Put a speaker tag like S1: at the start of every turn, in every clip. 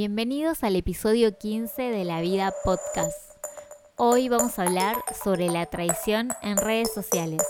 S1: Bienvenidos al episodio 15 de La Vida Podcast. Hoy vamos a hablar sobre la traición en redes sociales.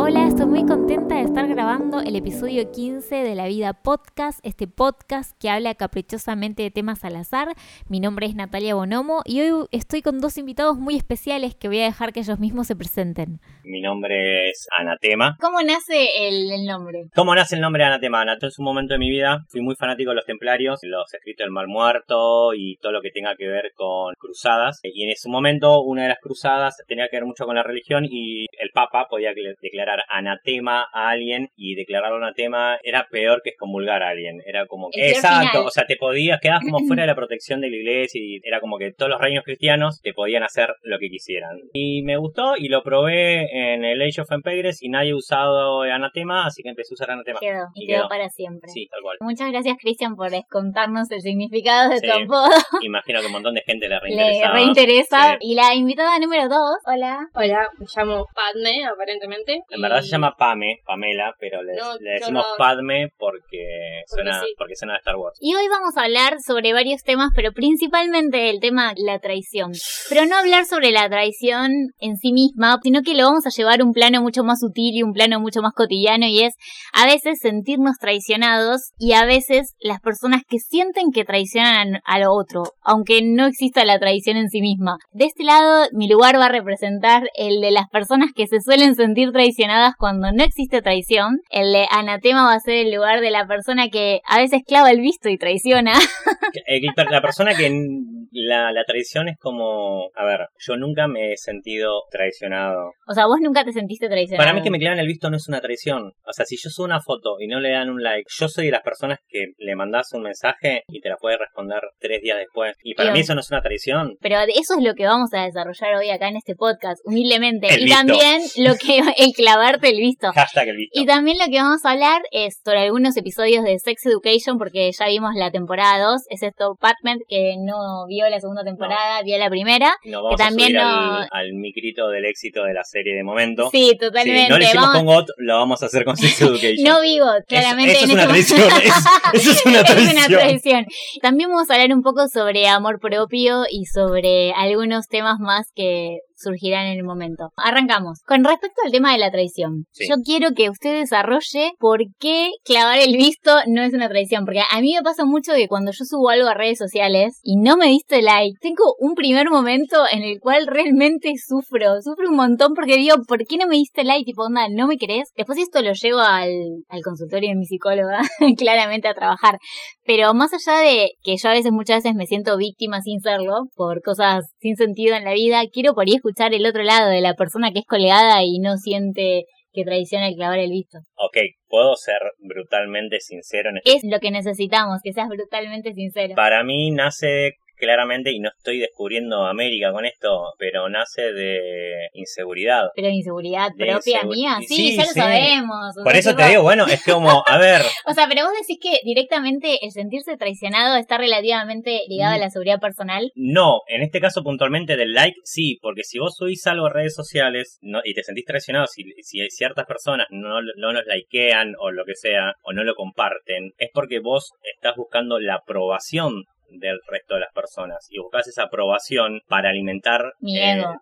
S1: Hola, estoy muy contenta de estar grabando el episodio 15 de La Vida Podcast, este podcast que habla caprichosamente de temas al azar. Mi nombre es Natalia Bonomo y hoy estoy con dos invitados muy especiales que voy a dejar que ellos mismos se presenten.
S2: Mi nombre es Anatema.
S3: ¿Cómo nace el, el nombre?
S2: ¿Cómo nace el nombre de Anatema? Anatema es un momento de mi vida. Fui muy fanático de los templarios, los escritos del Mar Muerto y todo lo que tenga que ver con cruzadas. Y en ese momento, una de las cruzadas tenía que ver mucho con la religión y el Papa podía cle- declarar anatema a alguien y declararlo anatema era peor que excomulgar a alguien. Era como
S3: El peor
S2: Exacto,
S3: final.
S2: o sea, te podías quedar como fuera de la protección de la iglesia y era como que todos los reinos cristianos te podían hacer lo que quisieran. Y me gustó y lo probé en el Age of Empires y nadie usado anatema, así que empecé a usar anatema.
S3: Quedó,
S2: Y
S3: y
S2: quedó.
S3: quedó, para siempre.
S2: Sí, tal cual.
S3: Muchas gracias, Cristian, por eh, contarnos el significado de
S2: Sí,
S3: tu apodo.
S2: Imagino que un montón de gente le
S3: Le
S2: reinteresaba.
S3: reinteresa.
S2: Sí.
S3: Y la invitada número dos, hola.
S4: Hola, me llamo Padme, aparentemente.
S2: En verdad
S4: y-
S2: se llama Pame, Pamela, pero le,
S4: No,
S2: le decimos
S4: yo no-
S2: Padme porque suena,
S4: sí.
S2: porque suena de Star Wars.
S3: Y hoy vamos a hablar sobre varios temas, pero principalmente el tema la traición. Pero no hablar sobre la traición en sí misma, sino que lo vamos a llevar a un plano mucho más sutil y un plano mucho más cotidiano y es a veces sentirnos traicionados y a veces las personas que sienten que traicionan al otro, aunque no exista la traición en sí misma. De este lado, mi lugar va a representar el de las personas que se suelen sentir traicionadas cuando no existe traición. El de anatema va a ser el lugar de la persona que a veces clava el visto y traiciona.
S2: El- la persona eh, que n- la, la traición es como, a ver, yo nunca me he sentido traicionado.
S3: O sea, vos nunca te sentiste traicionado.
S2: Para mí que me clavan el visto no es una traición. O sea, si yo subo una foto y no le dan un like, yo soy de las personas que le mandás un mensaje y te la puede responder tres días después. Y para
S3: Bien.
S2: mí eso no es una traición.
S3: Pero de eso es lo que vamos a desarrollar hoy acá en este podcast, humildemente.
S2: El
S3: y
S2: visto.
S3: también lo que el clavarte el visto.
S2: Hashtag el visto.
S3: Y también lo que vamos a hablar es sobre algunos episodios de Sex Education, porque ya vimos la temporada 2, excepto Patman, que no vio la segunda temporada, vio la primera.
S2: Y Nos vamos
S3: que
S2: a
S3: también
S2: subir
S3: no-
S2: al, al micrito del éxito de la serie de momento.
S3: Sí,
S2: Si
S3: totalmente.
S2: no lo hicimos
S3: vamos-
S2: con GOT, lo vamos a hacer con Sex Education.
S3: no vivo,
S2: Eso-
S3: claramente.
S2: eso,
S3: en
S2: es una
S3: este
S2: traición.
S3: momento.
S2: eso- Eso es una
S3: Es una
S2: traición.
S3: traición. También vamos a hablar un poco sobre amor propio y sobre algunos temas más que surgirán en el momento. Arrancamos. Con respecto al tema de la traición,
S2: Sí.
S3: yo quiero que usted desarrolle por qué clavar el visto no es una traición. Porque a mí me pasa mucho que cuando yo subo algo a redes sociales y no me diste like, tengo un primer momento en el cual realmente sufro. Sufro un montón porque digo, ¿por qué no me diste like? Tipo, onda, ¿no me querés? Después esto lo llevo al, al consultorio de mi psicóloga, claramente a trabajar. Pero más allá de que yo a veces, muchas veces me siento víctima sin serlo, por cosas sin sentido en la vida, quiero por ahí escuchar el otro lado de la persona que es colgada y no siente que traiciona el clavar el visto.
S2: Ok, puedo ser brutalmente sincero en este
S3: Es lo que necesitamos, que seas brutalmente sincero.
S2: Para mí nace claramente, y no estoy descubriendo América con esto, pero nace de inseguridad.
S3: Pero inseguridad
S2: De
S3: propia
S2: insegu-
S3: mía,
S2: y
S3: sí,
S2: sí,
S3: ya lo
S2: sí.
S3: sabemos. o
S2: Por
S3: sea,
S2: eso te
S3: tipo-
S2: digo, bueno, es como, a ver,
S3: O sea, pero vos decís que directamente el sentirse traicionado está relativamente ligado
S2: Mm.
S3: a la seguridad personal.
S2: no, en este caso puntualmente del like, sí, porque si vos subís algo a redes sociales no, y te sentís traicionado, si, si hay ciertas personas no, no nos likean o lo que sea, o no lo comparten, es porque vos estás buscando la aprobación del resto de las personas y buscas esa aprobación para alimentar
S3: Mi ego.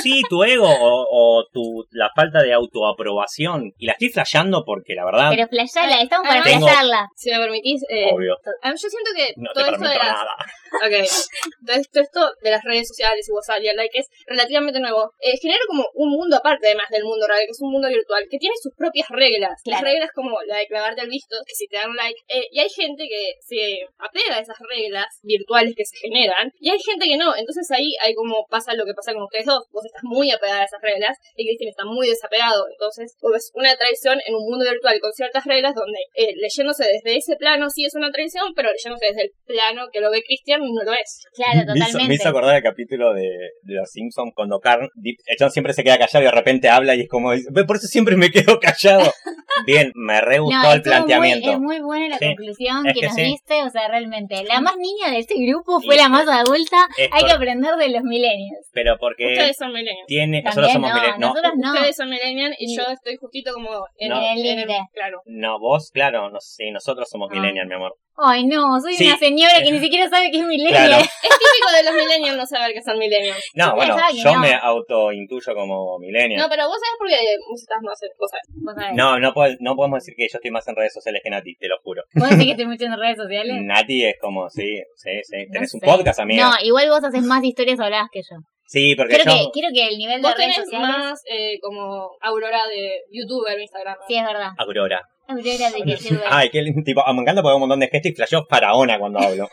S2: sí tu ego o, o tu la falta de autoaprobación y la estoy flasheando porque la verdad
S3: Pero flashearla, estamos para
S4: Tengo-
S3: flashearla.
S4: Si me permitís, eh,
S2: obvio
S4: a mí yo siento que
S2: no te
S4: todo esto
S2: permito
S4: de las,
S2: nada
S4: Ok. todo esto, esto de las redes sociales y WhatsApp y el like es relativamente nuevo. Eh, genera como un mundo aparte, además del mundo real, que es un mundo virtual, que tiene sus propias reglas. Las
S3: Claro.
S4: reglas como la de clavarte al visto, que si te dan un like. eh, y hay gente que se apega a esas reglas virtuales que se generan, y hay gente que no. Entonces ahí hay como pasa lo que pasa con ustedes dos. Vos estás muy apegada a esas reglas, y Cristian está muy desapegado. Entonces, vos ves una traición en un mundo virtual con ciertas reglas donde eh, leyéndose desde ese plano sí es una traición, pero leyéndose desde el plano que lo ve Cristian no lo es.
S3: Claro,
S2: Me hizo-
S3: totalmente.
S2: Me hizo acordar el capítulo de, de Los Simpsons eh, cuando Carl Deep- el chabón siempre se queda callado y de repente habla y es como, dice, "Ve, por eso siempre me quedo callado. Bien, me re gustó el
S3: estuvo muy-
S2: planteamiento.
S3: es muy buena la
S2: Sí,
S3: conclusión
S2: es
S3: que,
S2: que
S3: nos
S2: sí.
S3: diste, o sea, realmente. La más niña de este grupo fue
S2: Y-
S3: la más adulta.
S2: es
S3: Hay que
S2: cor-
S3: aprender de los milenios.
S2: Pero porque
S4: Ustedes son millennials.
S2: tiene.
S3: También
S2: Nosotros somos
S3: no,
S2: millennials. No,
S3: nosotros no.
S4: Ustedes son millennials y
S3: Y-
S4: yo estoy justito como en
S2: No.
S3: En el límite.
S4: Claro.
S2: no, vos, claro, no, sí, nosotros somos
S3: Ah.
S2: millennials, mi amor.
S3: Ay, no, soy
S2: Sí.
S3: una señora que ni siquiera sabe que es millennial.
S2: Claro.
S4: Es típico de los millennials no saber que son millennials.
S2: No,
S3: Sí,
S2: bueno,
S3: es alguien,
S2: yo
S3: no.
S2: me autointuyo como millennial.
S4: No, pero vos sabés por qué vos estás más en cosas.
S3: Vos sabés.
S2: No, no, pod- no podemos decir que yo estoy más en redes sociales que Nati, te lo juro.
S3: Vos decís que estoy mucho en redes sociales.
S2: Nati es como, sí, sí, sí. Mm, Tenés
S3: No
S2: un
S3: sé.
S2: podcast, amiga.
S3: No, igual vos haces más historias habladas que yo.
S2: Sí, porque
S3: Quiero
S2: yo.
S3: que, quiero que el nivel de
S4: Vos
S3: redes
S4: tenés
S3: sociales.
S4: más eh, como aurora de youtuber o Instagram.
S3: Sí, es verdad.
S2: Aurora.
S3: Aurora de que sube.
S2: Ay, qué lindo, tipo, ah, me encanta porque hago un montón de gestos y flasheo faraona cuando hablo.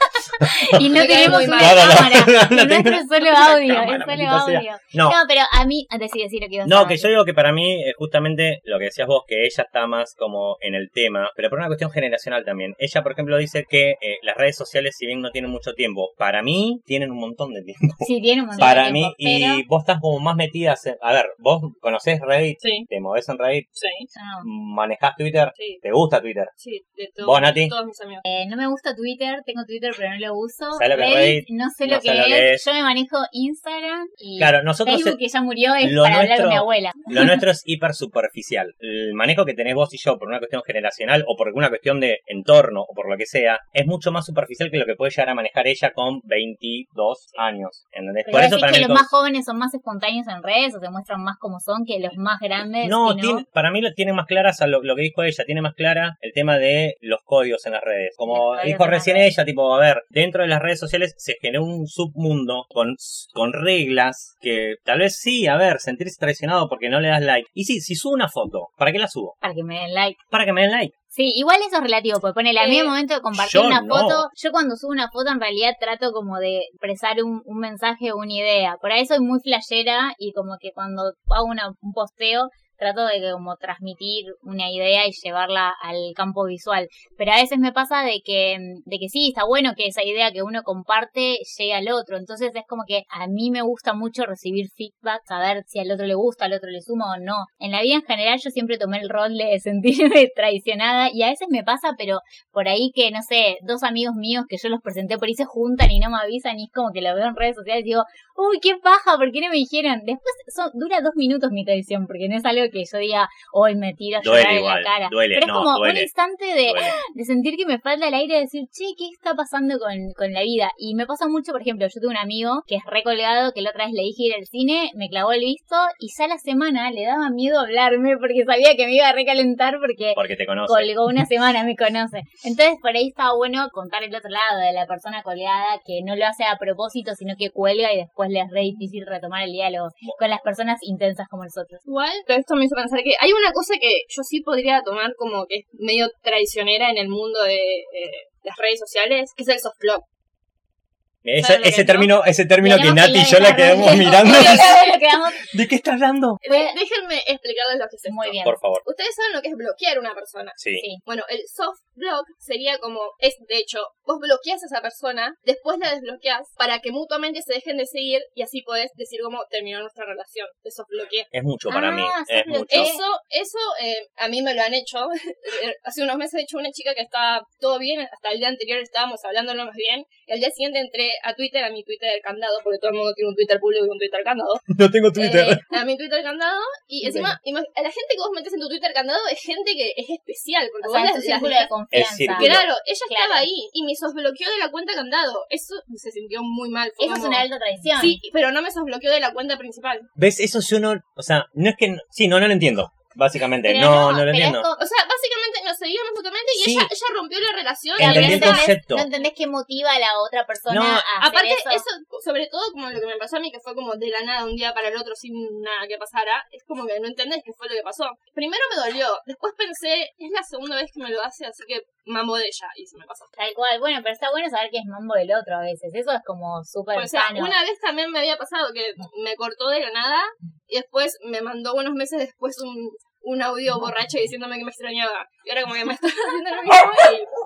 S3: Y
S4: Me
S3: no
S4: cae
S3: tenemos
S4: muy
S3: una
S4: mal.
S2: No, no, no,
S3: cámara.
S2: no, no
S3: el nuestro
S2: tengo
S3: es solo
S2: una
S3: audio.
S2: cámara,
S3: es solo
S2: maldita sea.
S3: audio.
S2: No,
S3: No. pero a mí. Antes sí decir lo que ibas a
S2: No, que
S3: decir.
S2: yo digo que para mí, eh, justamente lo que decías vos, que ella está más como en el tema, pero por una cuestión generacional también. Ella, por ejemplo, dice que eh, las redes sociales, si bien no tienen mucho tiempo, para mí tienen un montón de tiempo.
S3: Sí, tiene un montón
S2: para
S3: de
S2: mí,
S3: tiempo, pero-
S2: y vos estás como más metida. en- A ver, vos conocés Reddit,
S4: Sí,
S2: te movés en Reddit,
S4: sí,
S3: Yo no.
S2: manejás Twitter,
S4: sí,
S2: te gusta Twitter.
S4: sí, de todo-
S2: ¿Vos, Nati?
S4: de todos mis amigos.
S3: Eh, no me gusta Twitter, tengo Twitter pero no lo uso.
S2: ¿Sabes lo que es Reddit?
S3: no sé
S2: No
S3: lo,
S2: sé
S3: que,
S2: lo
S3: es.
S2: que es.
S3: Yo me manejo Instagram y
S2: Claro, nosotros
S3: Facebook que ya murió es
S2: lo
S3: para hablar
S2: nuestro-
S3: con mi abuela.
S2: Lo nuestro es hiper superficial. El manejo que tenés vos y yo por una cuestión generacional o por alguna cuestión de entorno o por lo que sea, es mucho más superficial que lo que puede llegar a manejar ella con 22 años. ¿Entendés?
S3: Pero
S2: por eso
S3: decís
S2: para
S3: que
S2: mí...
S3: los
S2: todo-
S3: más jóvenes son más espontáneos en redes o se muestran más como son que los más grandes.
S2: No,
S3: que
S2: tiene- para mí lo tiene más clara, o sea, lo, lo que dijo ella, tiene más clara el tema de los códigos en las redes. Como
S3: Los códigos
S2: dijo
S3: en las
S2: recién
S3: redes.
S2: ella, tipo, a ver, dentro de las redes sociales se generó un submundo con, con reglas que tal vez sí, a ver, sentirse traicionado porque no le das like. Y sí, si subo una foto, ¿para qué la subo?
S3: Para que me den like.
S2: Para que me den like.
S3: Sí, igual eso es relativo, porque ponele, a mí
S4: Eh,
S3: al momento de compartir
S2: yo
S3: una
S2: no.
S3: foto, yo cuando subo una foto en realidad trato como de expresar un, un mensaje o una idea. Por ahí soy muy flashera y como que cuando hago una- un posteo trato de que como transmitir una idea y llevarla al campo visual. Pero a veces me pasa de que, de que sí, está bueno que esa idea que uno comparte llegue al otro. Entonces es como que a mí me gusta mucho recibir feedback, saber si al otro le gusta, al otro le suma o no. En la vida en general yo siempre tomé el rol de sentirme traicionada y a veces me pasa, pero por ahí que, no sé, dos amigos míos que yo los presenté por ahí se juntan y no me avisan y es como que lo veo en redes sociales y digo, uy, qué paja, ¿por qué no me dijeron? Después son, dura dos minutos mi traición, porque no es algo que yo diga, hoy me tiro a
S2: Duele
S3: llorar
S2: igual,
S3: en la cara.
S2: duele,
S3: pero es
S2: no,
S3: como
S2: duele.
S3: un instante de,
S2: Duele.
S3: de sentir que me falta el aire de decir, che, ¿qué está pasando con, con la vida? Y me pasa mucho, por ejemplo, yo tengo un amigo que es recolgado, que la otra vez le dije ir al cine, me clavó el visto y ya la semana le daba miedo hablarme porque sabía que me iba a recalentar porque
S2: Porque te conoce.
S3: colgó una semana, me conoce. Entonces por ahí estaba bueno contar el otro lado de la persona colgada que no lo hace a propósito, sino que cuelga y después le es re difícil retomar el diálogo con las personas intensas como nosotros.
S4: Igual, pero esto me hizo pensar que hay una cosa que yo sí podría tomar como que es medio traicionera en el mundo de eh, las redes sociales, que es el softblog.
S2: Ese,
S4: ¿Sabes lo que
S2: ese
S4: no?
S2: término, ese término que
S3: Tenemos
S2: Nati y yo
S3: la
S2: la quedamos mirando.
S3: Lo quedamos
S2: ¿De qué está hablando?
S3: Fue-
S4: Déjenme explicarles lo que es esto.
S3: muy bien.
S2: Por favor.
S4: Ustedes saben lo que es bloquear a una persona.
S2: Sí.
S3: Sí.
S4: Bueno, el soft block sería como, es de hecho, vos bloqueas a esa persona, después la desbloqueas para que mutuamente se dejen de seguir y así podés decir como terminó nuestra relación. Te softbloqueé.
S2: Es mucho para
S3: Ah,
S2: mí.
S3: sí,
S2: Es
S3: pero
S2: mucho.
S3: Yo-
S4: Eso, eso eh, a mí me lo han hecho. Eh, Hace unos meses, de hecho, una chica que estaba todo bien, hasta el día anterior estábamos hablándolo más bien, y al día siguiente entré a Twitter, a mi Twitter del candado, porque todo el mundo tiene un Twitter público y un Twitter candado.
S2: No tengo Twitter.
S4: Eh, a mi Twitter candado, y encima, ima- a la gente que vos metes en tu Twitter candado es gente que es especial, porque
S3: O
S4: vos
S3: sea, es
S4: las-
S3: un
S4: las
S3: círculo de
S2: El
S3: confianza.
S2: círculo.
S4: Claro, ella
S3: Claro.
S4: estaba ahí y me sosbloqueó de la cuenta candado. Eso se sintió muy mal. fue
S3: Eso es
S4: como-
S3: una alta traición.
S4: Sí, pero no me sosbloqueó de la cuenta principal.
S2: ¿Ves? Eso yo no. O sea, no es que. Sí, no, no lo entiendo. Básicamente.
S3: Pero
S2: No, no, lo
S3: pero es
S2: entiendo.
S3: como-
S4: O sea, básicamente nos seguíamos mutuamente y
S2: Sí.
S4: ella, ella rompió la relación.
S2: Entendí el
S4: Y
S3: no
S4: esa-
S3: entendés-
S2: concepto.
S3: No entendés qué motiva a la otra persona
S2: No,
S3: a hacer
S4: Aparte,
S3: eso.
S4: eso. sobre todo como lo que me pasó a mí, que fue como de la nada, un día para el otro, sin nada que pasara, es como que no entendés qué fue lo que pasó. Primero me dolió, después pensé, es la segunda vez que me lo hace, así que mambo de ella, y se me pasó.
S3: Tal cual. Bueno, pero está bueno saber que es mambo del otro a veces. Eso es como súper
S4: O sea,
S3: sano.
S4: una vez también me había pasado que me cortó de la nada y después me mandó unos meses después un, un audio borracho diciéndome que me extrañaba. Y ahora como que me está haciendo lo mismo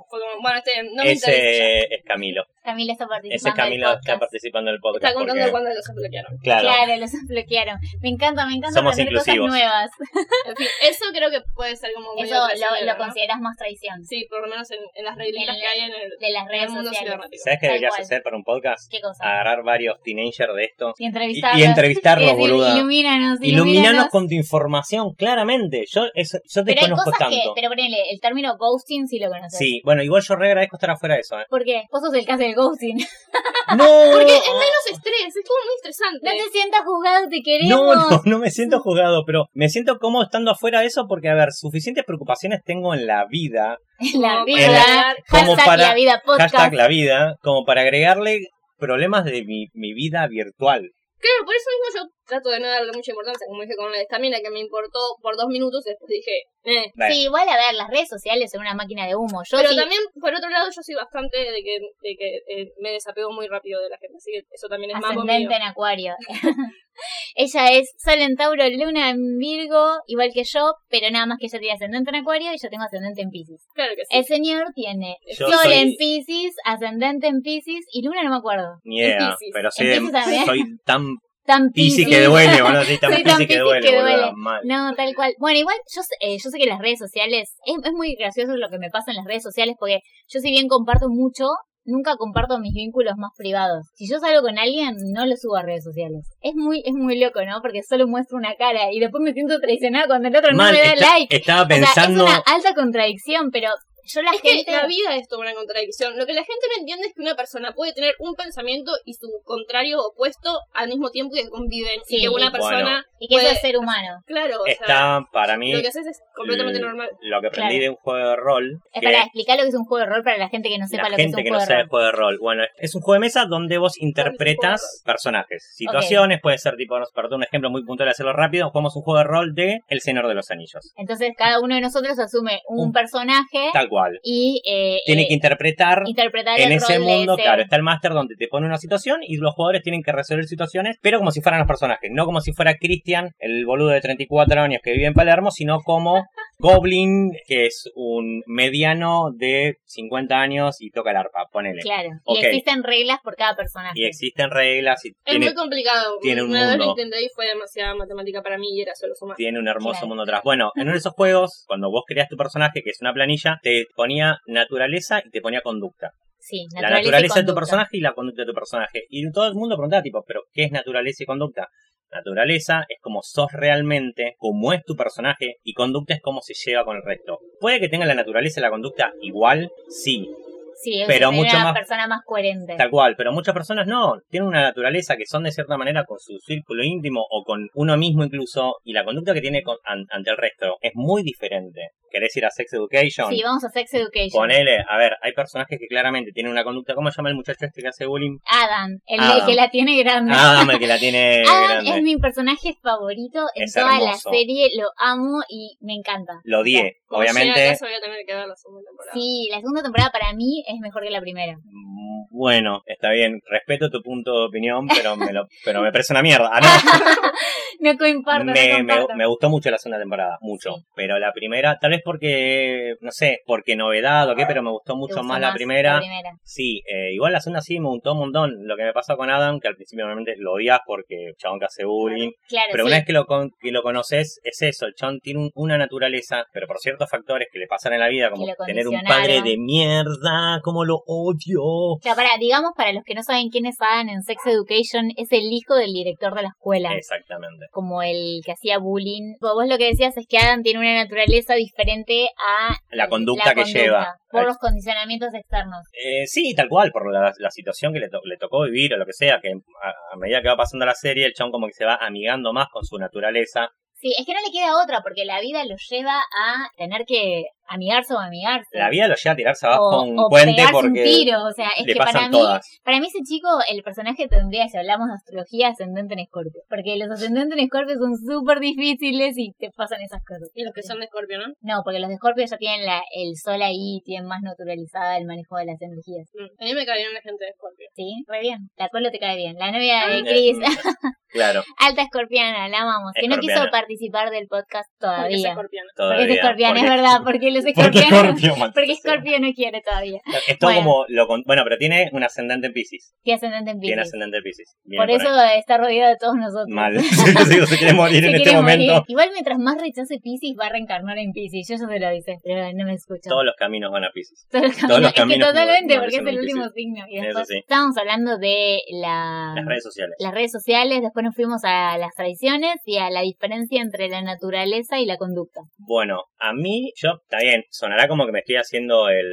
S4: fue como, bueno, este no me interesa.
S2: Ese es Camilo.
S3: Camila está
S2: Ese
S3: participando.
S2: es
S3: del
S2: Camilo que está
S3: podcast.
S2: participando del
S4: Está
S2: podcast.
S4: contando
S2: porque-
S4: cuando los bloquearon.
S2: Claro.
S3: Claro, los bloquearon. Me encanta, me encanta
S2: Somos
S3: aprender
S2: inclusivos.
S3: cosas nuevas.
S4: En fin, eso creo que puede ser como muy
S3: Eso lo,
S4: ocasional,
S3: lo
S4: ¿no?
S3: consideras más traición
S4: Sí, por lo menos en, en las reglitas
S3: En
S4: que
S3: la-
S4: hay en el,
S3: de las
S4: en
S3: redes
S4: el mundo
S3: sociales.
S4: cibernético.
S2: ¿Sabes qué
S3: Tal
S2: deberías
S3: cual.
S2: hacer para un podcast?
S3: ¿Qué cosa?
S2: Agarrar varios teenagers de estos
S3: y
S2: y,
S3: entrevistarlos.
S2: Ah, y entrevistarlos,
S3: Y decir,
S2: boluda.
S3: Ilumínanos,
S2: Iluminanos con tu información, claramente. Yo, eso, yo
S3: Pero hay
S2: desconozco
S3: cosas que,
S2: tanto.
S3: pero ponele, el término ghosting sí lo conoces.
S2: Sí, bueno, igual yo re agradezco estar afuera de eso, ¿eh?
S3: ¿Por qué? Vos sos el caso del ghosting.
S2: ¡No!
S4: Porque es menos estrés, es como muy estresante.
S3: No te sientas juzgado, te queremos.
S2: No, no, no me siento juzgado, pero me siento cómodo estando afuera de eso porque, a ver, suficientes preocupaciones tengo en la vida,
S3: La
S4: Como
S3: vida.
S4: para-
S2: como
S3: Hashtag
S2: para-
S3: la vida podcast.
S2: hashtag la vida, como para agregarle problemas de mi, mi vida virtual.
S4: Claro, por eso mismo yo trato de no darle mucha importancia, como dije con la estamina que me importó por dos minutos, después dije, eh.
S2: Dale.
S3: Sí, igual a ver, las redes sociales son una máquina de humo. Yo
S4: Pero
S3: sí-
S4: también, por otro lado, yo soy bastante de que, de que eh, me desapego muy rápido de la gente, así que eso también es más mío.
S3: ascendente en acuario. ella es Sol en Tauro, Luna en Virgo, igual que yo, pero nada más que ella tiene ascendente en acuario y yo tengo ascendente en Pisces.
S4: Claro que sí.
S3: El señor tiene
S2: Yo
S3: Sol
S2: soy-
S3: en Pisces, ascendente en Pisces y Luna no me acuerdo.
S2: Ni idea,
S4: Piscis.
S2: pero sí,
S3: Entonces también-
S2: soy tan
S3: Tan
S2: pisi
S3: Piscis
S2: que duele, boludo, soy tan
S3: Soy tan
S2: pisi que
S3: piscis
S2: duele,
S3: que
S2: boludo,
S3: duele.
S2: mal.
S3: No, tal cual. Bueno, igual yo sé, eh, yo sé que las redes sociales, es, es muy gracioso lo que me pasa en las redes sociales porque yo si bien comparto mucho, nunca comparto mis vínculos más privados. Si yo salgo con alguien, no lo subo a redes sociales. Es muy es muy loco, ¿no? Porque solo muestro una cara y después me siento traicionada cuando el otro
S2: Mal,
S3: no me da
S2: está-
S3: like.
S2: estaba
S3: O sea, es
S2: pensando...
S3: una alta contradicción, pero yo la
S4: Es que
S3: gente...
S4: la vida es toda una contradicción. Lo que la gente no entiende es que una persona puede tener un pensamiento y su contrario opuesto al mismo tiempo que conviven.
S3: Sí.
S4: y que una
S2: Bueno.
S4: persona,
S3: y que eso
S4: puede-
S3: es ser humano.
S4: claro, o sea,
S2: Está, para mí,
S4: lo que haces es completamente normal.
S2: lo que aprendí
S3: Claro.
S2: de un juego de rol...
S3: Es
S2: que
S3: para explicar lo que es un juego de rol para la gente que no sepa
S2: la
S3: lo que es
S2: gente
S3: un
S2: que no
S3: juego de
S2: sabe
S3: rol.
S2: juego de rol. Bueno, es un juego de mesa donde vos interpretas personajes, situaciones, puede ser tipo, no sé, para dar un ejemplo muy puntual, hacerlo rápido, jugamos un juego de rol de El Señor de los Anillos.
S3: Entonces cada uno de nosotros asume un
S2: Un-
S3: personaje
S2: Tal cual.
S3: y eh,
S2: Tiene
S3: eh,
S2: que interpretar
S3: interpretar
S2: en
S3: el
S2: ese
S3: rol
S2: mundo,
S3: de ese.
S2: claro, está el máster donde te pone una situación y los jugadores tienen que resolver situaciones, pero como si fueran los personajes, no como si fuera Christian, el boludo de 34 años que vive en Palermo, sino como Goblin, que es un mediano de 50 años y toca el arpa, ponele.
S3: Claro.
S2: Ok.
S3: Y existen reglas por cada personaje.
S2: Y existen reglas y
S4: Es
S2: tiene-
S4: muy complicado.
S2: tiene un
S4: una vez lo
S2: mundo.
S4: intenté y fue demasiada matemática para mí y era solo sumar.
S2: tiene un hermoso
S3: Claro.
S2: mundo atrás. Bueno, en uno de esos juegos, cuando vos creas tu personaje, que es una planilla, te ponía naturaleza y te ponía conducta.
S3: Sí,
S2: la
S3: naturaleza, y
S2: naturaleza de tu
S3: conducta.
S2: personaje y la conducta de tu personaje. Y todo el mundo preguntaba, tipo, ¿pero qué es naturaleza y conducta? Naturaleza es como sos realmente, como es tu personaje, y conducta es cómo se lleva con el resto. ¿Puede que tenga la naturaleza y la conducta igual? Sí,
S3: Sí, es
S2: pero
S3: ser
S2: mucho
S3: una
S2: más-
S3: persona más coherente.
S2: Tal cual, pero muchas personas no, tienen una naturaleza que son de cierta manera con su círculo íntimo o con uno mismo incluso, y la conducta que tiene con- an- ante el resto es muy diferente. ¿Querés ir a Sex Education?
S3: Sí, vamos a Sex Education.
S2: Ponele, a ver, hay personajes que claramente tienen una conducta, ¿cómo se llama el muchacho este que hace bullying?
S3: Adam, el
S2: Adam.
S3: que la tiene grande.
S2: Adam, el que la tiene
S3: Adam Ah, es
S2: grande.
S3: mi personaje favorito en
S2: Es
S3: toda la
S2: hermoso.
S3: serie, lo amo y me encanta.
S2: Lo
S3: O sea,
S2: odié,
S4: Como llegue a
S2: obviamente.
S4: casa voy a tener que ver la segunda temporada.
S3: Sí, la segunda temporada para mí es mejor que la primera.
S2: mm, Bueno, está bien, respeto tu punto de opinión, pero me, lo, pero me parece una mierda. Ah, no.
S3: No comparto, no
S2: me, me,
S3: comparto.
S2: me gustó mucho la segunda temporada, mucho.
S3: Sí.
S2: Pero la primera, tal vez porque, no sé, porque novedad o qué, pero me gustó
S3: Me
S2: mucho
S3: gustó
S2: más, la primera.
S3: La primera.
S2: Sí, eh, igual la segunda sí me gustó un montón. Lo que me pasó con Adam, que al principio obviamente lo odias porque el chabón que hace bullying.
S3: Claro, Eh,
S2: Pero
S3: sí.
S2: una vez que lo, con- que lo conoces, es eso. El chabón tiene un- una naturaleza, pero por ciertos factores que le pasan en la vida, como
S3: Que lo
S2: tener un padre
S3: condicionaron.
S2: de mierda, como lo odio.
S3: O sea, para, digamos, para los que no saben quién es Adam en Sex Education, es el hijo del director de la escuela.
S2: Exactamente.
S3: como el que hacía bullying. Vos vos lo que decías es que Adam tiene una naturaleza diferente a
S2: La conducta que lleva.
S3: por los condicionamientos externos.
S2: Eh, sí, tal cual, por la, la situación que le, to- le tocó vivir o lo que sea, que a, a medida que va pasando la serie, el chabón como que se va amigando más con su naturaleza.
S3: Sí, es que no le queda otra porque la vida lo lleva a tener que amigarse o amigarse.
S2: La vida lo lleva a tirarse abajo a
S3: o,
S2: un
S3: o
S2: puente
S3: pegarse un
S2: porque
S3: tiro, o sea, es
S2: le
S3: que para
S2: pasan
S3: mí,
S2: todas.
S3: para mí ese chico, el personaje tendría, si hablamos de astrología, ascendente en escorpio, porque los ascendentes en escorpio son súper difíciles y te pasan esas cosas.
S4: Y los que son de Scorpio, ¿no?
S3: No, porque los de escorpio ya tienen la, el sol ahí, tienen más naturalizada el manejo de las energías.
S4: Mm. A mí me cae bien la gente de Scorpio.
S3: Sí, re bien. La Colo te cae bien. La novia de
S2: Eh,
S3: Chris,
S2: claro,
S3: alta escorpiana, la amamos. Que no
S2: Escorpiana.
S3: quiso participar del podcast
S4: Porque es
S3: todavía.
S4: escorpiano.
S3: Porque
S2: todavía.
S3: es escorpiana, es
S2: porque-
S3: verdad, porque los
S2: Porque
S3: escorpiones.
S2: Scorpio, maldita
S3: Porque
S2: sea.
S3: Scorpio no quiere todavía.
S2: Es todo
S3: Bueno.
S2: como lo con- bueno, pero tiene un ascendente en Pisces.
S3: Tiene ascendente en
S2: Tiene
S3: Pisces.
S2: ascendente en Pisces. Viene
S3: Por eso
S2: ahí.
S3: está rodeado de todos nosotros.
S2: mal. Sí, sí, se quiere morir
S3: Se
S2: en este
S3: quiere morir.
S2: momento.
S3: Igual mientras más rechace Pisces, va a reencarnar en Pisces. Yo ya se lo dije, pero no me escucho.
S2: Todos los caminos van a Pisces.
S3: Todos los
S2: todos los
S3: Es que
S2: caminos
S3: totalmente,
S2: me- me
S3: porque es
S2: parecen
S3: el
S2: muy
S3: último signo. Y
S2: Eso
S3: después
S2: sí.
S3: estábamos hablando de la...
S2: Las redes sociales.
S3: las redes sociales, después nos fuimos a las tradiciones y a la diferencia entre la naturaleza y la conducta.
S2: Bueno, a mí, yo, está bien, sonará como que me estoy haciendo el,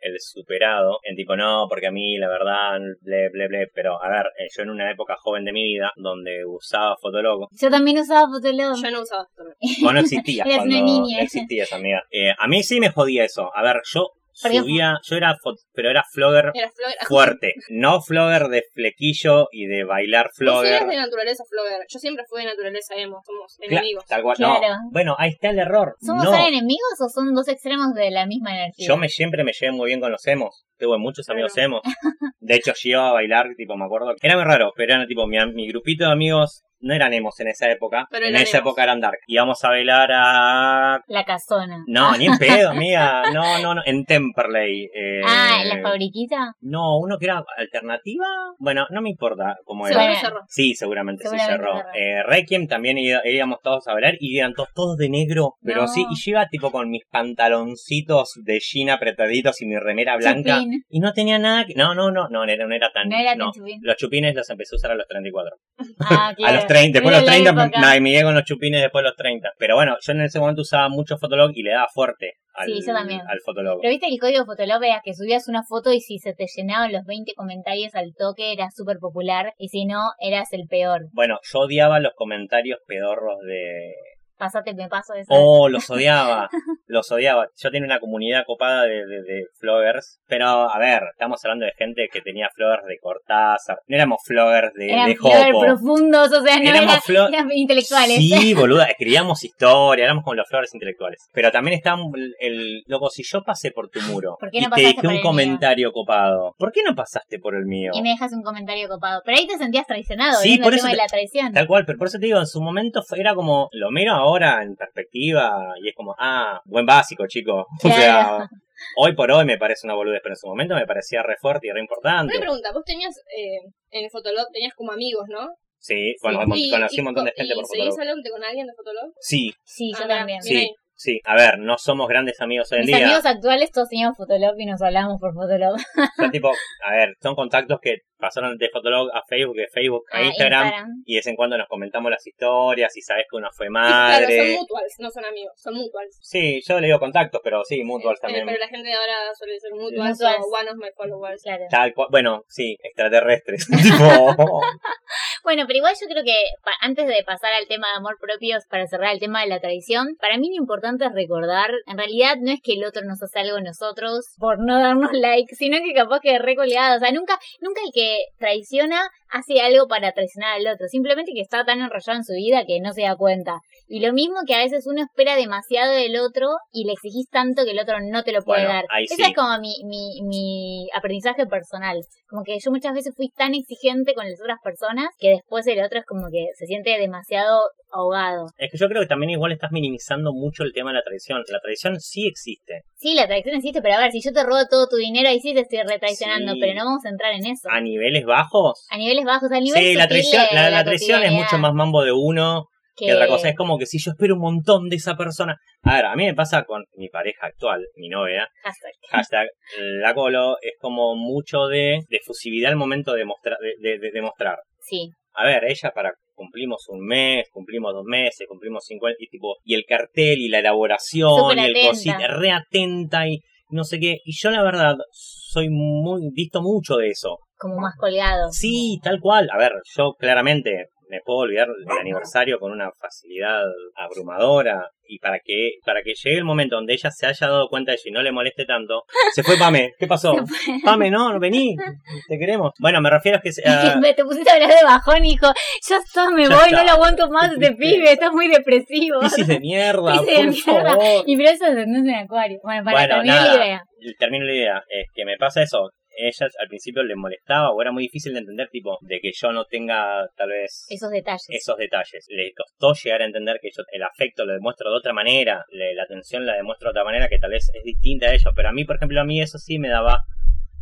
S2: el superado, en tipo, no, porque a mí, la verdad, ble, ble, ble, pero, a ver, eh, yo en una época joven de mi vida, donde usaba Fotolog,
S3: Yo también usaba Fotolog.
S4: Yo no usaba esto.
S2: o no existía
S3: Eras
S2: cuando
S3: una niña.
S2: existía esa amiga. Eh, a mí sí me jodía eso, a ver, yo
S3: Pero-
S2: subía, yo era, fot- pero era flogger
S4: Era Flogger.
S2: fuerte, no flogger de flequillo y de bailar
S4: Vos eres
S2: flogger.
S4: de naturaleza Flogger. Yo siempre fui de naturaleza emo. Somos
S2: Cla-
S4: enemigos.
S2: tal cual,
S3: Claro.
S2: no. Bueno, ahí está el error.
S3: ¿Somos
S2: no.
S3: ahora enemigos o son dos extremos de la misma energía?
S2: Yo me siempre me llevé muy bien con los emos. Tuve muchos amigos emos. De hecho, yo iba a bailar, tipo, me acuerdo. Era muy raro, pero era tipo, mi, am- mi grupito de amigos no eran emos en esa época.
S4: Pero
S2: en
S4: eran
S2: esa
S4: emos.
S2: época eran dark. Íbamos a bailar a.
S3: La casona.
S2: No, ni en pedo, amiga. No, no, no. En Temperley. eh,
S3: Ah, ¿en la fabriquita?
S2: No, uno que era alternativa. Bueno, no me importa cómo
S4: Se
S2: era.
S3: Bueno.
S4: van a cerrar.
S2: Sí, seguramente,
S3: Seguramente
S2: se cerró.
S3: cerró.
S2: Eh, Requiem también iba- íbamos todos a bailar y eran todos, todos de negro, pero
S3: No.
S2: sí, y yo iba tipo con mis pantaloncitos de jean apretaditos y mi remera blanca.
S3: Chupín.
S2: Y no tenía nada que... No, no, no, no, no era, no era tan...
S3: No era
S2: no.
S3: tan chupín.
S2: Los chupines los empecé a usar a los 34.
S3: Ah, claro.
S2: A los 30, después de los
S3: Era la
S2: 30
S3: época.
S2: me amigué con los chupines después de los 30. Pero bueno, yo en ese momento usaba mucho Fotolog y le daba fuerte al,
S3: Sí, yo también.
S2: al Fotolog.
S3: Pero viste que el código de Fotolog era que subías una foto y si se te llenaban los 20 comentarios al toque eras súper popular y si no eras el peor.
S2: Bueno, yo odiaba los comentarios pedorros de,
S3: Pasate, me paso de eso.
S2: Oh, los odiaba, los odiaba. Yo tenía una comunidad copada de, de, de floggers, pero a ver, estamos hablando de gente que tenía floggers de Cortázar, no éramos floggers de,
S3: eran
S2: de
S3: flor
S2: Jopo.
S3: profundos, o sea, no
S2: Éramos
S3: era-
S2: flor-
S3: eran intelectuales.
S2: Sí, boluda, escribíamos historia, éramos como los floggers intelectuales. Pero también está el, el- loco, si yo pasé por tu muro
S3: ¿Por qué
S2: y
S3: no
S2: te
S3: pasaste
S2: dejé
S3: por
S2: un
S3: el
S2: comentario copado, ¿por qué no pasaste por el mío?
S3: Y me dejas un comentario copado. Pero ahí te sentías traicionado,
S2: Sí,
S3: volviendo
S2: por
S3: al
S2: eso
S3: tema de
S2: te-
S3: la traición.
S2: Tal cual, pero por eso te digo, en su momento fue- era como, lo miro ahora en perspectiva y es como, ah, buen básico, chico. O
S3: Claro.
S2: sea, hoy por hoy me parece una boludez, pero en su momento me parecía re fuerte y re importante.
S4: Una pregunta. Vos tenías eh, en el Fotolog, tenías como amigos, ¿no?
S2: Sí, bueno,
S3: Sí.
S2: mon-
S4: Y-
S2: conocí
S4: y
S2: un montón de
S4: co-
S2: gente
S4: y
S2: por
S4: ¿Seguís
S2: Fotolog.
S4: hablando con alguien de Fotolog?
S2: Sí,
S3: Sí, yo
S4: Ah, mira,
S3: también.
S4: mira ahí.
S2: sí, sí. A ver, no somos grandes amigos hoy en
S3: Mis
S2: día.
S3: amigos actuales todos teníamos Fotolog y nos hablábamos por Fotolog.
S2: Pero tipo, a ver, son contactos que pasaron de Fotolog a Facebook, de Facebook a
S3: Ah,
S2: Instagram.
S3: Instagram.
S2: Y de vez en cuando nos comentamos las historias y sabes que uno fue
S4: Claro, son
S2: madre.
S4: mutuals, no son amigos, son mutuals.
S2: Sí, yo le digo contactos, pero sí, mutuals
S4: Eh,
S2: también.
S4: Pero la gente de ahora suele ser mutuals,
S3: Mutuals.
S4: o one of my followers.
S3: Claro.
S2: Tal cual, bueno, sí, extraterrestres. tipo,
S3: Bueno, pero igual yo creo que pa- antes de pasar al tema de amor propio, para cerrar el tema de la tradición, para mí lo importante es recordar, en realidad no es que el otro nos hace algo a nosotros por no darnos like, sino que capaz que recoleado, o sea, nunca, nunca el que traiciona hace algo para traicionar al otro, simplemente que está tan enrollado en su vida que no se da cuenta. Y lo mismo que a veces uno espera demasiado del otro y le exigís tanto que el otro no te lo puede
S2: Bueno,
S3: dar.
S2: ahí
S3: Ese
S2: sí.
S3: es como mi, mi, mi aprendizaje personal. Como que yo muchas veces fui tan exigente con las otras personas que después el otro es como que se siente demasiado ahogado.
S2: es que yo creo que también igual estás minimizando mucho el tema de la traición. La traición sí existe.
S3: Sí, la traición existe, pero a ver, si yo te robo todo tu dinero, ahí sí te estoy retraicionando,
S2: Sí.
S3: pero no vamos a entrar en eso.
S2: A niveles bajos.
S3: A niveles bajos, a nivel
S2: Sí, la
S3: sutil
S2: traición,
S3: de
S2: la, la traición es mucho más mambo de uno que... otra cosa. Es como que si yo espero un montón de esa persona. A ver, a mí me pasa con mi pareja actual, mi novia,
S3: hashtag.
S2: hashtag la colo, es como mucho de, de fusividad al momento de, mostrar de, de- de- de mostrar.
S3: Sí,
S2: a ver, ella para cumplimos un mes, cumplimos dos meses, cumplimos cinco y tipo, y el cartel y la elaboración
S3: Súper
S2: y el
S3: atenta.
S2: cosita, reatenta y no sé qué. Y yo la verdad soy muy, visto mucho de eso.
S3: como más colgado.
S2: Sí, tal cual. A ver, yo claramente me puedo olvidar del aniversario con una facilidad abrumadora y para que para que llegue el momento donde ella se haya dado cuenta de eso y no le moleste tanto, se fue Pame, ¿qué pasó? Pame, no, vení, te queremos. Bueno, me refiero a que a-
S3: Me te pusiste a hablar de bajón, hijo. Yo está, me
S2: Ya
S3: voy,
S2: está.
S3: no lo aguanto más
S2: Te
S3: este
S2: fuiste.
S3: pibe, estás muy depresivo.
S2: Piscis de mierda,
S3: Piscis de
S2: por
S3: mierda.
S2: favor.
S3: Y pero eso es en acuario. Bueno, para
S2: Bueno,
S3: terminar la
S2: nada.
S3: idea.
S2: Termino la idea. Es que me pasa eso. ellas al principio le molestaba o era muy difícil de entender, tipo, de que yo no tenga tal vez
S3: Esos detalles.
S2: esos detalles. Le costó llegar a entender que yo el afecto lo demuestro de otra manera, le- la atención la demuestro de otra manera que tal vez es distinta a ellos, pero a mí, por ejemplo, a mí eso sí me daba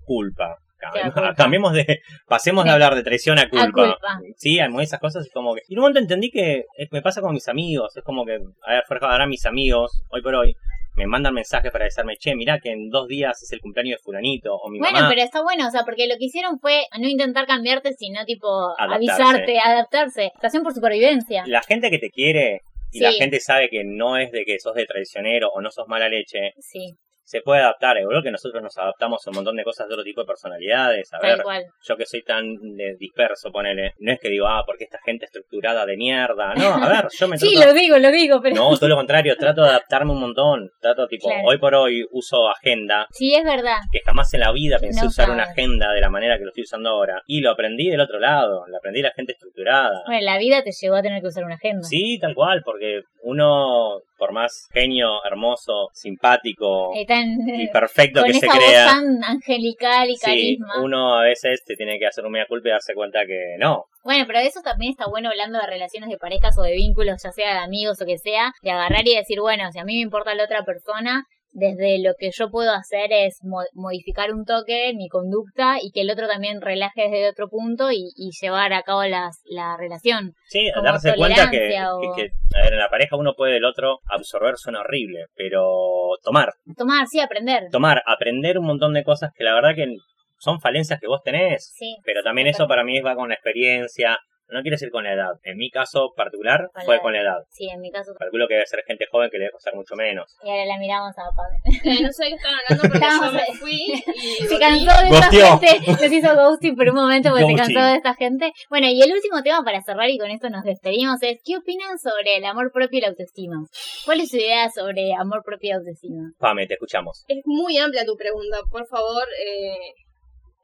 S2: culpa.
S3: Te da
S2: Cambiemos,
S3: culpa.
S2: cambiemos de. Pasemos de
S3: Sí.
S2: hablar de traición a
S3: A
S2: culpa.
S3: culpa.
S2: Sí, a mí esas cosas es como que. Y en un momento entendí que eh, me pasa con mis amigos. Es como que. A ver, Forja, ahora mis amigos, hoy por hoy, me mandan mensajes para decirme, che, mirá que en dos días es el cumpleaños de Fulanito. O mi
S3: Bueno,
S2: mamá.
S3: pero está bueno, o sea, porque lo que hicieron fue no intentar cambiarte, sino tipo
S2: Adaptarse.
S3: avisarte, adaptarse. Estación por supervivencia.
S2: La gente que te quiere y la
S3: Sí.
S2: gente sabe que no es de que sos de traicionero o no sos mala leche,
S3: Sí,
S2: se puede adaptar. Yo creo que nosotros nos adaptamos a un montón de cosas de otro tipo de personalidades. A ver,
S3: tal cual.
S2: yo que soy tan eh, disperso, ponele. No es que digo, ah, porque esta gente estructurada de mierda. No, a ver, yo me
S3: Sí,
S2: trato-
S3: lo digo, lo digo, pero...
S2: No, todo lo contrario, trato de adaptarme un montón. Trato, tipo,
S3: Claro.
S2: hoy por hoy uso agenda,
S3: Sí, es verdad.
S2: que jamás en la vida pensé
S3: No
S2: usar
S3: sabes.
S2: una agenda de la manera que lo estoy usando ahora. Y lo aprendí del otro lado, lo aprendí de la gente estructurada.
S3: Bueno, la vida te llevó a tener que usar una agenda.
S2: Sí, tal cual, porque uno, por más genio, hermoso, simpático
S3: Eh, tan,
S2: y perfecto
S3: con
S2: que se
S3: esa
S2: crea,
S3: voz tan angelical y
S2: sí,
S3: carisma.
S2: uno a veces te tiene que hacer un mea culpa y darse cuenta que no.
S3: Bueno, pero de eso también está bueno hablando de relaciones de parejas o de vínculos, ya sea de amigos o que sea, de agarrar y decir, bueno, si a mí me importa la otra persona, desde lo que yo puedo hacer es mo- modificar un toque, mi conducta, y que el otro también relaje desde otro punto y, y llevar a cabo las, la relación.
S2: Sí,
S3: Como
S2: darse cuenta que,
S3: tolerancia o-
S2: que- que, a ver, en la pareja uno puede del otro absorber suena horrible, pero tomar.
S3: Tomar, sí, aprender.
S2: tomar, aprender un montón de cosas que la verdad que son falencias que vos tenés.
S3: Sí,
S2: Pero también eso para mí va con la experiencia. No quiero decir con la edad. En mi caso particular
S3: Con la
S2: fue
S3: edad.
S2: con la edad.
S3: sí, en mi caso.
S2: Calculo que debe ser gente joven que le debe costar mucho menos.
S3: Y ahora la miramos a Pame.
S4: Eh, no sé de qué están hablando, pero yo
S3: Estábamos-
S4: me fui y
S3: Se
S4: volví.
S3: cansó de esta
S2: Ghosteó.
S3: gente. Nos hizo ghosting por un momento porque se
S2: Ghosting.
S3: cansó de esta gente. Bueno, y el último tema para cerrar y con esto nos despedimos es ¿qué opinan sobre el amor propio y la autoestima? ¿Cuál es su idea sobre amor propio y autoestima?
S2: Pame, te escuchamos.
S4: Es muy amplia tu pregunta, por favor, eh,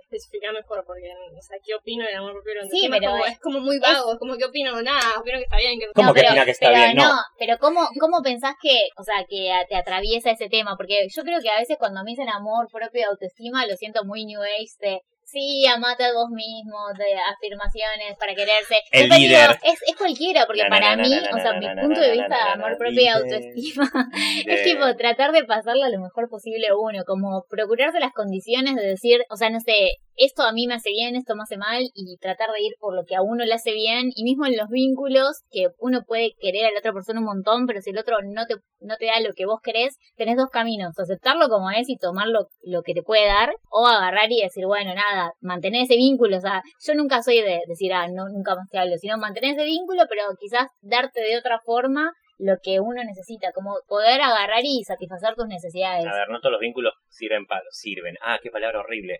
S4: especifica mejor, porque, o sea, ¿qué opino del amor propio?
S3: Sí,
S4: Encima es
S3: pero
S4: como-
S3: es-
S4: es como muy vago, es como que opino nada, opino que está bien, que no
S2: ¿Cómo
S4: está
S2: que
S4: mal.
S2: opina que está
S3: pero
S2: bien? No.
S3: pero ¿cómo, ¿cómo pensás que, o sea, que a- te atraviesa ese tema? Porque yo creo que a veces cuando me dicen amor propio y autoestima lo siento muy new age de sí, amate a vos mismo, de afirmaciones para quererse. Yo
S2: El
S3: te digo,
S2: líder.
S3: es, es cualquiera, porque
S2: Na, na,
S3: para
S2: na,
S3: mí,
S2: na, na,
S3: o sea,
S2: na,
S3: mi
S2: na, na,
S3: punto
S2: na,
S3: de
S2: na,
S3: vista
S2: na,
S3: de
S2: na,
S3: amor
S2: na,
S3: propio y
S2: líder.
S3: autoestima
S2: De-
S3: Es
S2: Eh,
S3: tipo tratar de pasarla lo mejor posible uno, como procurarse las condiciones de decir, o sea, no sé, esto a mí me hace bien, esto me hace mal, y tratar de ir por lo que a uno le hace bien, y mismo en los vínculos, que uno puede querer a la otra persona un montón, pero si el otro no te, no te da lo que vos querés, tenés dos caminos, aceptarlo como es y tomar lo, lo que te puede dar, o agarrar y decir, bueno, nada, mantener ese vínculo, o sea, yo nunca soy de decir, ah, no, nunca más te hablo, sino mantener ese vínculo, pero quizás darte de otra forma lo que uno necesita, como poder agarrar y satisfacer tus necesidades.
S2: A ver, no todos los vínculos sirven para... Sirven. Ah, qué palabra horrible.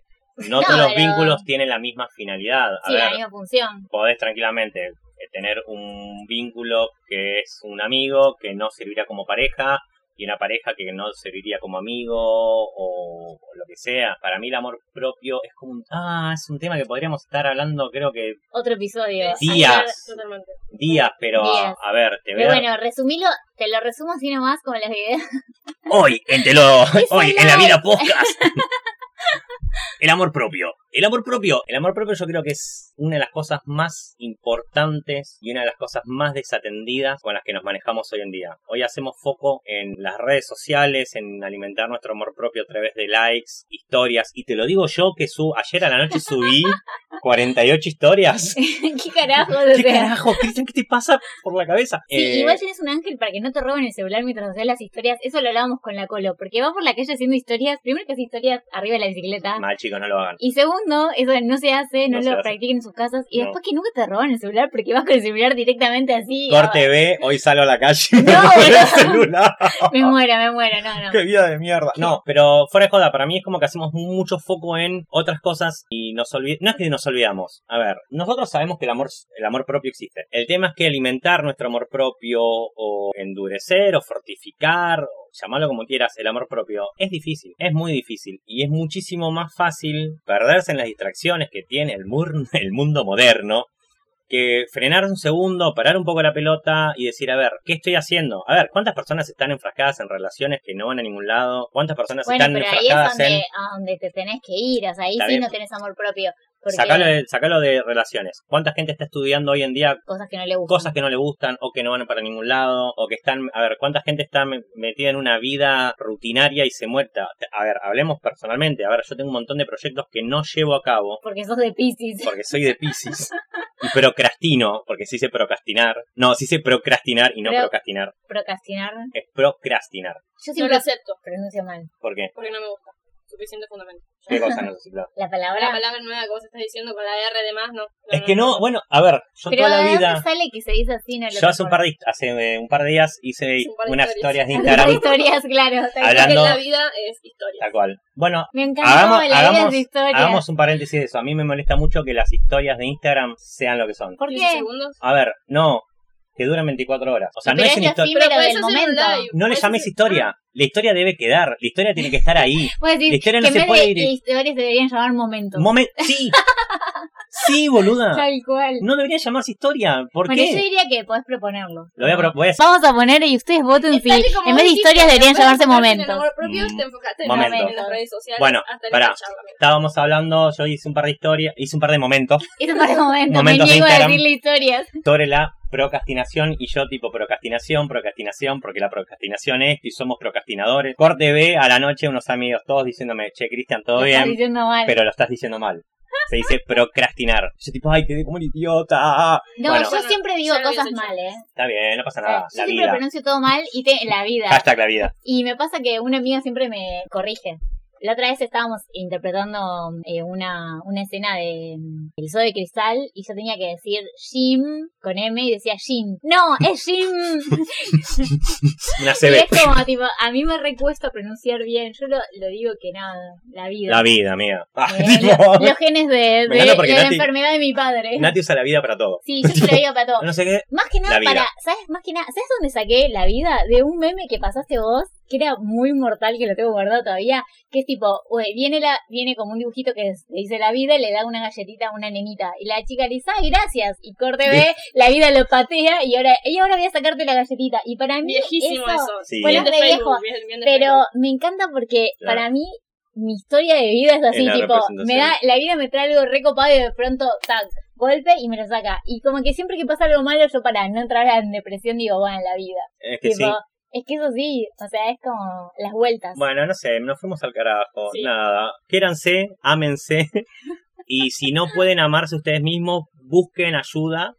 S3: No,
S2: No, todos los
S3: pero-
S2: vínculos tienen la misma finalidad. A
S3: sí,
S2: ver,
S3: la misma función.
S2: podés tranquilamente eh, tener un vínculo que es un amigo que no servirá como pareja y una pareja que no serviría como amigo o, o lo que sea. Para mí el amor propio es como un, ah, es un tema que podríamos estar hablando creo que
S3: Otro episodio.
S2: Días.
S3: Ayer-
S4: Totalmente.
S2: días, pero a-
S3: Días.
S2: A, ver, te
S3: Pero
S2: veo
S3: bueno, resumilo, te lo resumo así nomás como las ideas.
S2: hoy en te lo-
S3: Es
S2: hoy en la
S3: online.
S2: vida podcast. El amor propio. El amor propio. El amor propio yo creo que es una de las cosas más importantes y una de las cosas más desatendidas con las que nos manejamos hoy en día. Hoy hacemos foco en las redes sociales, en alimentar nuestro amor propio a través de likes, historias. Y te lo digo yo que su ayer a la noche subí 48 historias.
S3: ¿Qué carajo? o
S2: ¿Qué
S3: sea.
S2: carajo, Cristian? ¿Qué te pasa por la cabeza?
S3: Sí,
S2: Eh,
S3: igual tienes un ángel para que no te roben el celular mientras haces las historias. Eso lo hablábamos con la Colo, porque va por la calle haciendo historias. Primero que hace historias arriba de la bicicleta.
S2: Mal, chicos, no lo hagan.
S3: Y segundo, eso no se hace, no,
S2: No se
S3: lo
S2: hace.
S3: practiquen en sus casas. Y
S2: No.
S3: después que nunca te roban el celular porque vas con el celular directamente así.
S2: Corte B, hoy salgo a la calle y me
S3: No,
S2: roban el
S3: boludo.
S2: celular.
S3: Ah, Me muero, me muero, no, no.
S2: ¡Qué vida de mierda! No, pero fuera de joda, para mí es como que hacemos mucho foco en otras cosas y nos olvidamos. No es que nos olvidamos. A ver, nosotros sabemos que el amor, el amor propio existe. El tema es que alimentar nuestro amor propio o endurecer o fortificar o llamarlo como quieras, el amor propio, es difícil, es muy difícil y es muchísimo más fácil perderse en las distracciones que tiene el, mur- el mundo moderno que frenar un segundo, parar un poco la pelota y decir, a ver, ¿qué estoy haciendo? A ver, ¿cuántas personas están enfrascadas en relaciones que no van a ningún lado? ¿Cuántas personas
S3: Bueno,
S2: están
S3: pero ahí es
S2: enfrascadas
S3: donde,
S2: en...
S3: a donde te tenés que ir, o sea, ahí
S2: Está
S3: sí
S2: bien.
S3: no tenés amor propio, porque
S2: Sacalo de, sacalo de relaciones. ¿Cuánta gente está estudiando hoy en día
S3: cosas que no le gustan.
S2: cosas que no le gustan o que no van para ningún lado o que están, a ver, cuánta gente está me- metida en una vida rutinaria y se muerta. A ver, hablemos personalmente, a ver, yo tengo un montón de proyectos que no llevo a cabo
S3: Porque sos de Pisces.
S2: porque soy de Pisces y procrastino, porque sí sé procrastinar. No, sí sé procrastinar y no
S3: Pro-
S2: procrastinar,
S3: Procrastinar.
S2: es procrastinar.
S3: Yo
S4: No
S3: siempre
S4: lo acepto,
S3: pronuncio mal.
S2: ¿Por qué?
S4: porque no me gusta. Suficiente fundamento.
S2: ¿Qué cosa no se
S3: La
S4: Ahora
S3: palabra.
S4: la palabra nueva que vos estás diciendo con la R de más, no.
S2: Es que no, bueno, a ver, yo
S3: pero
S2: toda la
S3: ¿de dónde
S2: vida,
S3: sale que se dice así? No lo
S2: yo hace un par
S3: recuerdo.
S2: de, hace eh, un par de días hice
S4: Hace un par de
S2: unas historias
S4: historias.
S2: de Instagram,
S3: historias, claro. tal
S2: Hablando-
S3: cual.
S4: Porque la vida es historia.
S2: tal cual. Bueno,
S3: Me encantó
S2: Hagamos-
S3: la
S2: hagamos-
S3: de historia.
S2: Hagamos un paréntesis de eso. A mí me molesta mucho que las historias de Instagram sean lo que son.
S3: ¿Por
S4: 15
S3: qué?
S4: segundos.
S2: A ver, no, que duran 24 horas. O sea, no
S3: Pero
S2: es
S3: es
S2: una
S3: la
S2: historia.
S3: Primero
S4: podés
S3: del
S4: hacer un
S3: momento.
S4: live,
S2: No le
S4: podés
S2: llames
S4: hacer-
S2: historia. La historia debe quedar. La historia tiene que estar ahí.
S3: Puedo decir
S2: La historia no
S3: que
S2: se
S3: en vez
S2: puede
S3: de
S2: ir-
S3: historias se deberían llamar momentos.
S2: Momen- Sí. Sí, boluda.
S3: Tal cual.
S2: No debería llamarse historia. ¿Por
S3: bueno, yo
S2: qué?
S3: diría que podés proponerlo.
S2: Lo voy a, pro- voy a hacer
S3: Vamos a poner y ustedes voten
S4: Es
S3: si
S4: tal y como
S3: en vez de
S4: dijiste,
S3: historias deberían
S4: en vez de
S3: llamarse
S4: enfocarte en el
S3: momentos.
S4: amor propio, te enfocaste en,
S2: Momentos.
S4: las- en las redes sociales.
S2: Bueno,
S4: hasta en
S2: pará.
S4: esta charla.
S2: Estábamos hablando, yo hice un par de historias, hice un par de momentos
S3: Eso fue el momento.
S2: Momentos de
S3: Me niego a
S2: Instagram.
S3: decirle historias.
S2: sobre la procrastinación y yo tipo procrastinación, procrastinación, porque la procrastinación es esto y somos procrastinadores. Corte B a la noche unos amigos todos diciéndome, che Cristian, todo
S3: Lo estás
S2: bien,
S3: diciendo mal.
S2: pero lo estás diciendo mal. Se dice procrastinar. Yo tipo, ay, quedé como un idiota.
S3: no,
S2: bueno,
S3: yo siempre digo
S4: ya lo
S3: cosas
S4: habías hecho.
S3: mal, ¿eh?
S2: está bien, no pasa
S3: O sea,
S2: nada.
S3: yo
S2: La
S3: siempre
S2: vida.
S3: pronuncio todo mal y te, la vida.
S2: Hashtag la vida.
S3: Y me pasa que una amiga siempre me corrige. La otra vez estábamos interpretando eh, una, una escena de mm, El Zoo de Cristal y yo tenía que decir Jim con M y decía Jim. No, es Jim.
S2: Una
S3: y
S2: CB.
S3: es como, tipo, a mí me recuesta pronunciar bien. Yo lo, lo digo que nada, la vida.
S2: La vida, amiga. Ah,
S3: Eh,
S2: tipo,
S3: lo- los genes de,
S2: Me
S3: de-
S2: encanta porque
S3: de la
S2: Nati-
S3: enfermedad de mi padre.
S2: Nati usa la vida para todo.
S3: Sí, yo se lo digo para todo.
S2: No sé qué.
S3: Más que nada
S2: La vida.
S3: para, ¿sabes? Más que nada, ¿sabes dónde saqué la vida? De un meme que pasaste vos, que era muy mortal, que lo tengo guardado todavía, que es tipo, güey, viene la, viene como un dibujito que es- le dice la vida y le da una galletita a una nenita. Y la chica le dice, ay, gracias. Y corte ve, la vida lo patea y ahora, y ahora voy a sacarte la galletita. Y para mí,
S4: Viejísimo
S3: eso-
S4: eso.
S2: Sí.
S4: Bien de
S3: Bueno, pero
S4: Facebook, bien- bien de
S3: pero
S4: Facebook.
S3: me encanta porque
S2: Claro.
S3: para mí mi historia de vida es así,
S2: la
S3: tipo, me da,
S2: representación.
S3: la vida me trae algo recopado y de pronto, tac, golpe y me lo saca. Y como que siempre que pasa algo malo, yo para no entrar en depresión digo, bueno, la vida.
S2: Es que sí.
S3: tipo, es que eso sí, o sea, es como las vueltas.
S2: Bueno, no sé, nos fuimos al carajo.
S4: Sí.
S2: Nada. Quiéranse, ámense. Y si no pueden amarse ustedes mismos, busquen ayuda.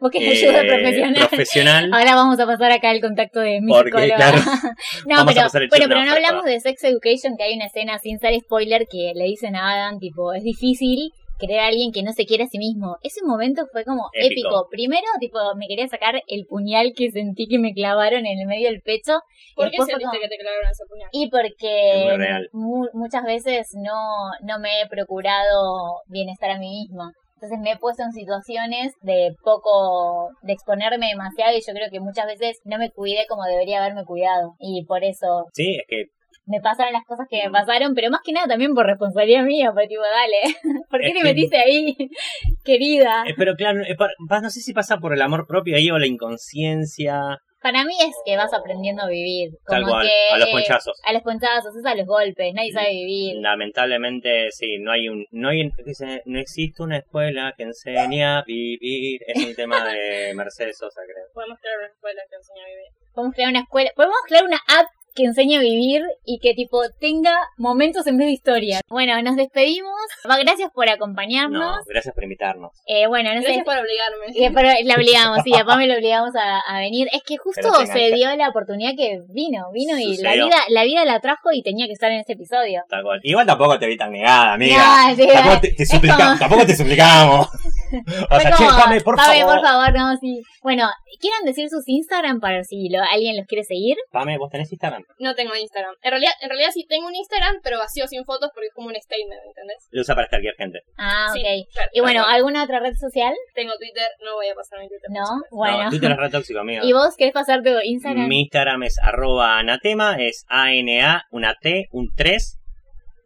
S3: Porque
S2: eh,
S3: ayuda profesional.
S2: profesional.
S3: Ahora vamos a pasar acá al contacto de mi
S2: Porque,
S3: psicóloga.
S2: claro,
S3: no,
S2: vamos a
S3: pero,
S2: pasar el
S3: bueno,
S2: chip,
S3: pero
S2: no,
S3: no
S2: pero
S3: hablamos de Sex Education, que hay una escena sin ser spoiler que le dicen a Adam, tipo, es difícil querer a alguien que no se quiere a sí mismo. Ese momento fue como
S2: Épico.
S3: épico. Primero, tipo, me quería sacar el puñal que sentí que me clavaron en el medio del pecho.
S4: ¿Por qué
S3: después fue
S4: sentiste
S3: como-
S4: que te clavaron esa puñal?
S3: Y
S2: Es muy
S3: porque
S2: real.
S3: mu- muchas veces no, no me he procurado bienestar a mí misma. Entonces me he puesto en situaciones de poco, de exponerme demasiado y yo creo que muchas veces no me cuidé como debería haberme cuidado. Y por eso
S2: Sí, es que eh,
S3: me pasaron las cosas que me
S2: Mm.
S3: pasaron, pero más que nada también por responsabilidad mía, porque tipo, dale, ¿por qué
S2: Es
S3: te
S2: que-
S3: metiste ahí, querida?
S2: Eh, Pero claro, eh, pa- pa- no sé si pasa por el amor propio ahí o la inconsciencia,
S3: Para mí es que vas aprendiendo a vivir. Como
S2: tal cual,
S3: que,
S2: a los
S3: eh,
S2: ponchazos.
S3: A los ponchazos, es a los golpes, nadie sabe vivir.
S2: Lamentablemente, sí, no hay un. No, hay, dice, no existe una escuela que enseñe a vivir. Es un tema de Mercedes Sosa, creo.
S4: Podemos crear una escuela que enseña a vivir.
S3: Podemos crear una escuela, podemos crear una app que enseñe a vivir y que tipo tenga momentos en vez de historias. Bueno, nos despedimos. Va, Gracias por acompañarnos.
S2: No, gracias por invitarnos.
S3: Eh, bueno, no sé,
S4: Gracias por obligarme.
S3: Y después la obligamos, sí, a Pame la obligamos a, a venir. Es que justo
S2: Pero se
S3: se
S2: engancha.
S3: dio la oportunidad que vino, vino y la
S2: Sucedió.
S3: vida, la vida la trajo y tenía que estar en este episodio.
S2: Tal cual. Igual tampoco te vi tan negada, amiga.
S3: No, sí,
S2: tampoco, te, te
S3: es
S2: suplica-
S3: como-
S2: tampoco te suplicamos. o
S3: Fue
S2: sea,
S3: como,
S2: che, Pame, por
S3: Pame,
S2: favor.
S3: por favor, no, sí. Bueno, ¿quieran decir sus Instagram para si lo- alguien los quiere seguir?
S2: Pame, ¿vos tenés Instagram?
S4: No tengo Instagram. En realidad, en realidad sí tengo un Instagram, pero vacío sin fotos porque es como un statement, ¿entendés?
S2: Lo usa para stalkear gente.
S3: Ah,
S4: Sí,
S3: ok.
S4: claro.
S3: Y bueno, ¿alguna otra red social?
S4: Tengo Twitter, no voy a pasar mi Twitter.
S3: No,
S4: por supuesto.
S2: No,
S3: bueno.
S2: Twitter es re tóxico, amiga.
S3: ¿Y vos querés pasar tu Instagram?
S2: Mi Instagram es arroba anatema, es A-N-A, una T, un 3,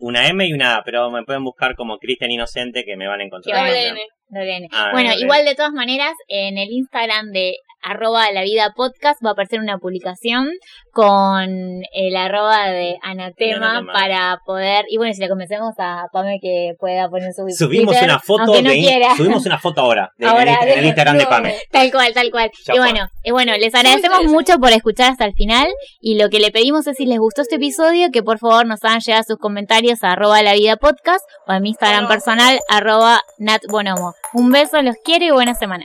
S2: una M y una A, pero me pueden buscar como Cristian Inocente que me van a encontrar.
S3: Qué
S4: Doble
S2: también.
S4: N.
S3: Lorene.
S2: Ah,
S3: Bueno,
S2: Lorene.
S3: igual de todas maneras, en el Instagram de arroba la vida podcast va a aparecer una publicación con el arroba de anatema,
S2: Anatema.
S3: para poder, y bueno, si le convencemos a Pame que pueda poner su
S2: Subimos
S3: Twitter,
S2: una foto
S3: aunque no
S2: de in-
S3: quiera.
S2: subimos una foto ahora, de- en
S3: Ahora,
S2: el- en, el Instagram de
S3: no.
S2: Pame.
S3: Tal cual, tal cual.
S2: Ya
S3: y
S2: fue.
S3: bueno, eh, bueno, les agradecemos
S4: interesante.
S3: mucho por escuchar hasta el final y lo que le pedimos es si les gustó este episodio que por favor nos hagan llegar sus comentarios a arroba la vida podcast o a mi Instagram
S4: Bueno.
S3: personal arroba Nat Bonomo. Un beso, los quiero y buena semana.